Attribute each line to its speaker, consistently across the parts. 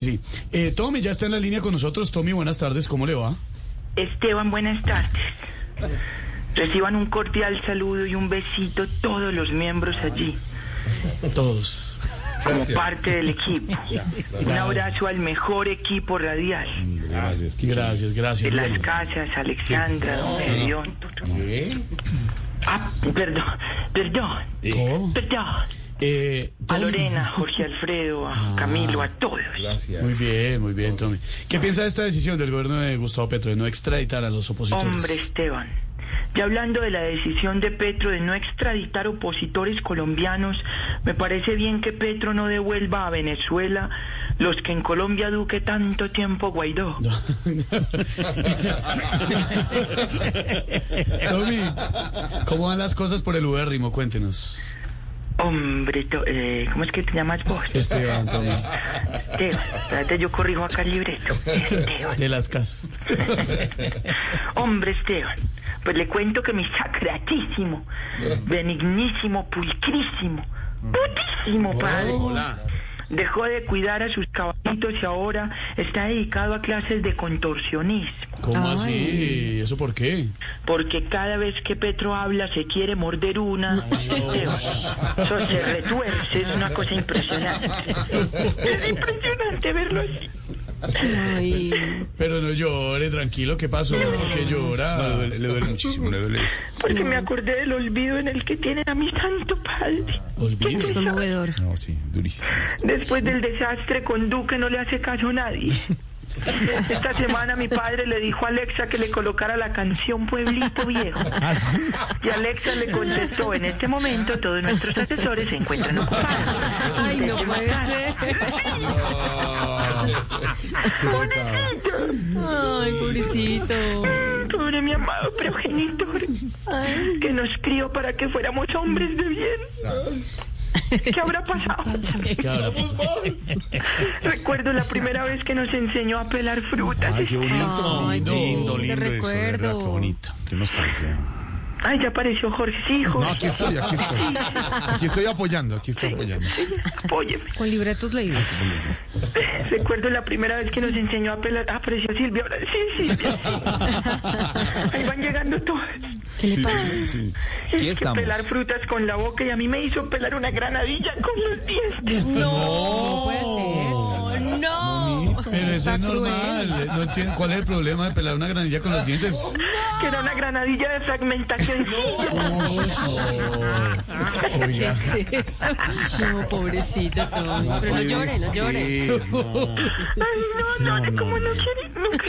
Speaker 1: Sí. Eh, Tommy ya está en la línea con nosotros. Tommy, buenas tardes. ¿Cómo le va?
Speaker 2: Esteban, buenas tardes. Reciban un cordial saludo y un besito todos los miembros allí,
Speaker 1: Todos.
Speaker 2: como parte del equipo. Un abrazo al mejor equipo radial.
Speaker 3: Gracias.
Speaker 1: Gracias,
Speaker 2: De
Speaker 1: gracias.
Speaker 2: las casas, Alexandra, don Gedeón.
Speaker 3: ¿Qué?
Speaker 2: Ah, perdón, perdón,
Speaker 1: ¿Cómo?
Speaker 2: perdón.
Speaker 1: Eh,
Speaker 2: A
Speaker 1: Tommy.
Speaker 2: Lorena, a Jorge Alfredo, a Camilo, a todos.
Speaker 3: Gracias.
Speaker 1: Muy bien, muy bien, Tommy. ¿Qué piensa de esta decisión del gobierno de Gustavo Petro de no extraditar a los opositores?
Speaker 2: Hombre, Esteban. Y hablando de la decisión de Petro de no extraditar opositores colombianos, me parece bien que Petro no devuelva a Venezuela los que en Colombia duque tanto tiempo Guaidó.
Speaker 1: Tommy, ¿cómo van las cosas por el ubérrimo? Cuéntenos.
Speaker 2: Hombre, to- eh, ¿cómo es que te llamas vos?
Speaker 1: Esteban, Tommy.
Speaker 2: Esteban, espérate, yo corrijo acá el libreto. Esteban.
Speaker 1: De las casas.
Speaker 2: Hombre, Esteban, pues le cuento que mi sacratísimo, benignísimo, pulcrísimo, putísimo padre. Dejó de cuidar a sus caballitos y ahora está dedicado a clases de contorsionismo.
Speaker 1: ¿Cómo
Speaker 4: Ay.
Speaker 1: así? ¿Eso por qué?
Speaker 2: Porque cada vez que Petro habla se quiere morder una. Esteban, eso se retuerce, es una cosa impresionante. Es impresionante verlo así.
Speaker 4: Ay,
Speaker 1: Pero no llore, tranquilo, ¿qué pasó? ¿Por qué llora?
Speaker 3: Le duele, le duele muchísimo, le duele eso.
Speaker 2: Porque me acordé del olvido en el que tienen a mi santo padre.
Speaker 4: es
Speaker 1: Olvídese.
Speaker 4: conmovedor.
Speaker 3: No, sí, durísimo.
Speaker 2: Después del desastre con Duque no le hace caso a nadie. Esta semana mi padre le dijo a Alexa que le colocara la canción Pueblito Viejo. Y Alexa le contestó, en este momento todos nuestros asesores se encuentran ocupados.
Speaker 4: Ay, no puede ser.
Speaker 1: Ah,
Speaker 4: Ay, pobrecito.
Speaker 2: Pobre mi amado progenitor, que nos crió para que fuéramos hombres de bien. ¿Qué habrá pasado?
Speaker 1: ¿Qué habrá pasado?
Speaker 2: Recuerdo la primera vez que nos enseñó a pelar frutas.
Speaker 3: Ay, qué bonito.
Speaker 4: Ay,
Speaker 3: lindo, lindo eso,
Speaker 4: qué
Speaker 3: de verdad,
Speaker 4: recuerdo.
Speaker 3: qué bonito. Qué nostalgia.
Speaker 2: Ay, ya apareció Jorge. Sí,
Speaker 3: No,
Speaker 2: Jorge,
Speaker 3: aquí estoy, aquí estoy. Aquí estoy apoyando, aquí estoy apoyando.
Speaker 2: apóyeme.
Speaker 4: Con libretos leídos.
Speaker 2: Recuerdo la primera vez que nos enseñó a pelar. Ah, apareció Silvia. Ahora sí, Silvia. Ahí van llegando todos.
Speaker 4: ¿Qué le pasa?
Speaker 3: sí.
Speaker 2: Es que pelar frutas con la boca y a mí me hizo pelar una granadilla con los dientes.
Speaker 4: No puede ser. No.
Speaker 1: Pero eso
Speaker 4: Está
Speaker 1: es
Speaker 4: cruel.
Speaker 1: normal. No entiendo cuál es el problema de pelar una granilla con los dientes.
Speaker 2: Que era una granadilla de fragmentación.
Speaker 4: ¿Qué es eso? No, pobrecito. Tom. Pero no llore, no
Speaker 2: Ay,
Speaker 4: llore.
Speaker 2: no, no, no, como no quiere. Nunca.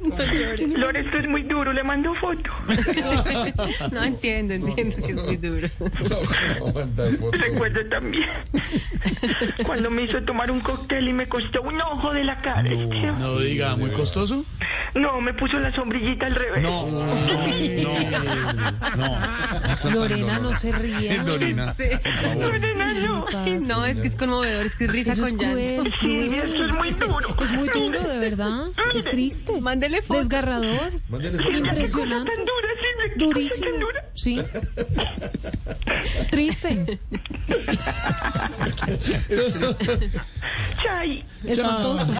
Speaker 4: No llore.
Speaker 2: Lore, esto es muy duro. Le mando foto.
Speaker 4: No entiendo, entiendo que es muy duro.
Speaker 2: Recuerdo también cuando me hizo tomar un cóctel y me costó un ojo de la cara. Esteban.
Speaker 1: No diga, muy costoso.
Speaker 2: No, me puso la sombrillita al revés.
Speaker 3: No, no, no.
Speaker 5: Lorena no se ría.
Speaker 3: Lorena.
Speaker 4: Sí.
Speaker 2: No, no, no.
Speaker 4: Ay, No, es que es conmovedor, es que es risa
Speaker 5: Eso es
Speaker 4: con llanto.
Speaker 5: cruel,
Speaker 2: Silvia,
Speaker 5: cruel.
Speaker 2: esto es muy duro.
Speaker 5: Es muy duro, de verdad. Es triste.
Speaker 4: Mándele foto.
Speaker 5: Desgarrador.
Speaker 2: Qué cosa
Speaker 5: Impresionante.
Speaker 2: tan dura, Silvia. qué cosa
Speaker 5: Durísimo.
Speaker 2: tan dura.
Speaker 5: Sí. Triste.
Speaker 2: Chay.
Speaker 5: Espantoso.